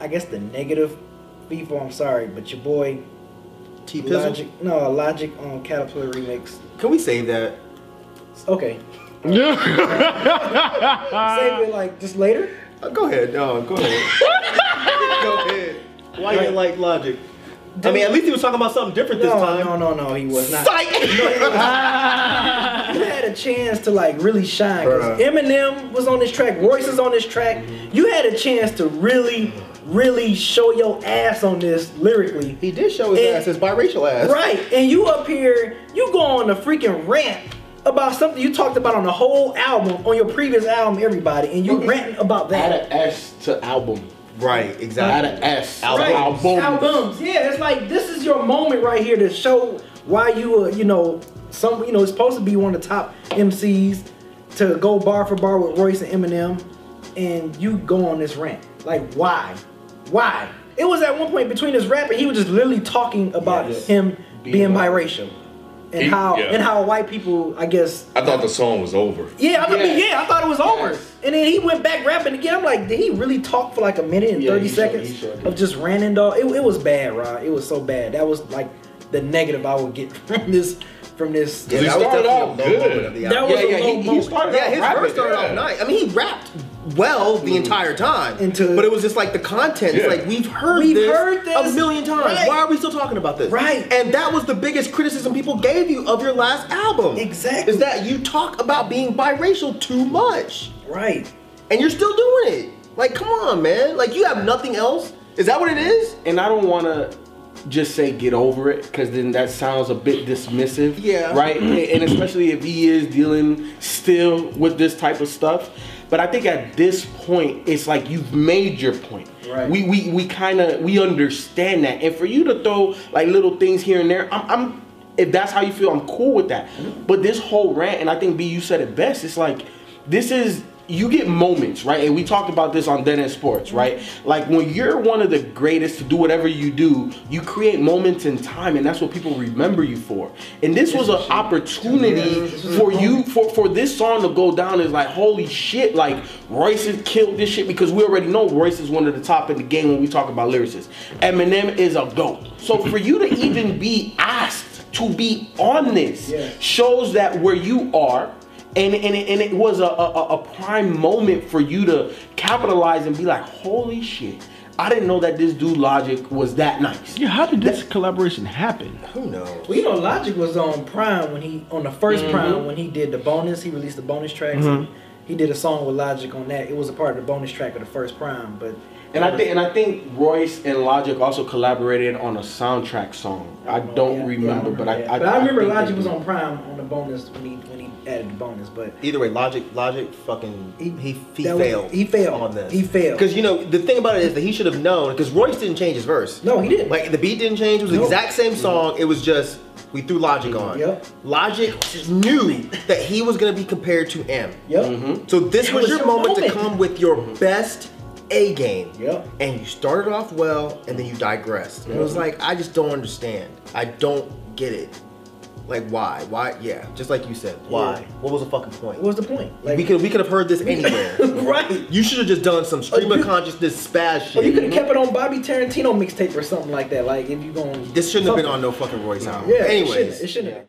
I guess the negative people. I'm sorry, but your boy T Pizzle. Logic. No, Logic on Caterpillar remix. Can we save that? Okay, Yeah. save it like just later. Uh, go ahead. No, go ahead. go ahead. Why you didn't like logic? I mean, at least he was talking about something different this No, time. no, no, no. He was not. Psych! You had a chance to like really shine. 'cause Bruh. Eminem was on this track. Royce is on this track. You had a chance to really, really show your ass on this lyrically. He did show his And- ass, his biracial ass. Right, and you up here, you go on a freaking rant about something you talked about on the whole album, on your previous album, everybody, and you ranting about Add that. an S to album. Right, Add exactly. an S. Right. Album. Albums, yeah, it's like this is your moment right here to show why you are, you know, some, you know, it's supposed to be one of the top MCs to go bar for bar with Royce and Eminem, and you go on this rant. Like, why? Why? It was at one point between this rapper, he was just literally talking about Yes. him being, Being white. biracial. And He- how yeah. and how white people, I guess, I thought the song was over. Yeah, I mean, Yes. yeah, I thought it was over. Yes. And then he went back rapping again. I'm like, did he really talk for like a minute and Yeah, 30 he sure- seconds he sure did. of just ranting, dog? It, it was bad, Rod. It was so bad. That was like the negative I would get from this, from this. Yeah, He that was started definitely a off low good. moment of the That album. was yeah, a yeah, low he, he moment. started yeah, off his rapping, verse started yeah. Mm. off nice. I mean, he rapped well the entire time. Until- but it was just like the content. It's Yeah. like we've heard, We've this heard this. a million times. Right. Why are we still talking about this? Right. And that was the biggest criticism people gave you of your last album. Exactly. Is that you talk about being biracial too much, Right. and you're still doing it. Like, come on, man. Like, you have nothing else. Is that what it is? and I don't want to just say get over it because then that sounds a bit dismissive. Yeah. Mm-hmm. Right. and, and especially if he is dealing still with this type of stuff. But I think at this point, it's like you've made your point. Right. We we, we kind of we understand that, and for you to throw like little things here and there, I'm. I'm if that's how you feel, I'm cool with that. But this whole rant, and I think B, you said it best. It's like this is you get moments, right? And we talked about this on Dead End Sports, right? Like when you're one of the greatest to do whatever you do, you create moments in time, and that's what people remember you for. And this was an opportunity for you for for this song to go down is like holy shit, like Royce has killed this shit because we already know Royce is one of the top in the game when we talk about lyricists. Eminem is a goat. So for you to even be asked to be on this Yeah. shows that where you are and and it, and it was a, a a prime moment for you to capitalize and be like holy shit i didn't know that this dude logic was that nice Yeah, how did this collaboration happen? Who knows? Well, you know, Logic was on Prime when he on the 1st Mm-hmm. Prime when he did the bonus. He released the bonus tracks. He did a song with Logic on that. It was a part of the bonus track of the first Prime, but and i think and i think royce and logic also collaborated on a soundtrack song i don't Oh, Yeah, remember yeah, but i yeah. but I, remember think they Logic did. was on Prime on the bonus when he when he added the bonus, but Either way, Logic, Logic, fucking, he he, that was- failed. he failed on this. He failed. Because you know the thing about it is that he should have known. Because Royce didn't change his verse. No, he didn't. Like the beat didn't change. It was the No. exact same song. It was just we threw Logic on. Yep. Logic knew that he was gonna be compared to M. yep. So this That was, was your your moment, moment. to come with your best A game. Yep. And you started off well, and then you digressed. And It was like I just don't understand. I don't get it. Like why? Why? Yeah. Just like you said. Why? Yeah. What was the fucking point? What was the point? we could we could have heard this anywhere. right. you should have just done some stream Or of Oh, you- consciousness spaz Or you could shit. have kept it on Bobby Tarantino mixtape or something like that. Like if you going This shouldn't have been on no fucking Royce album. Yeah, it Anyways, shouldn't, it shouldn't have.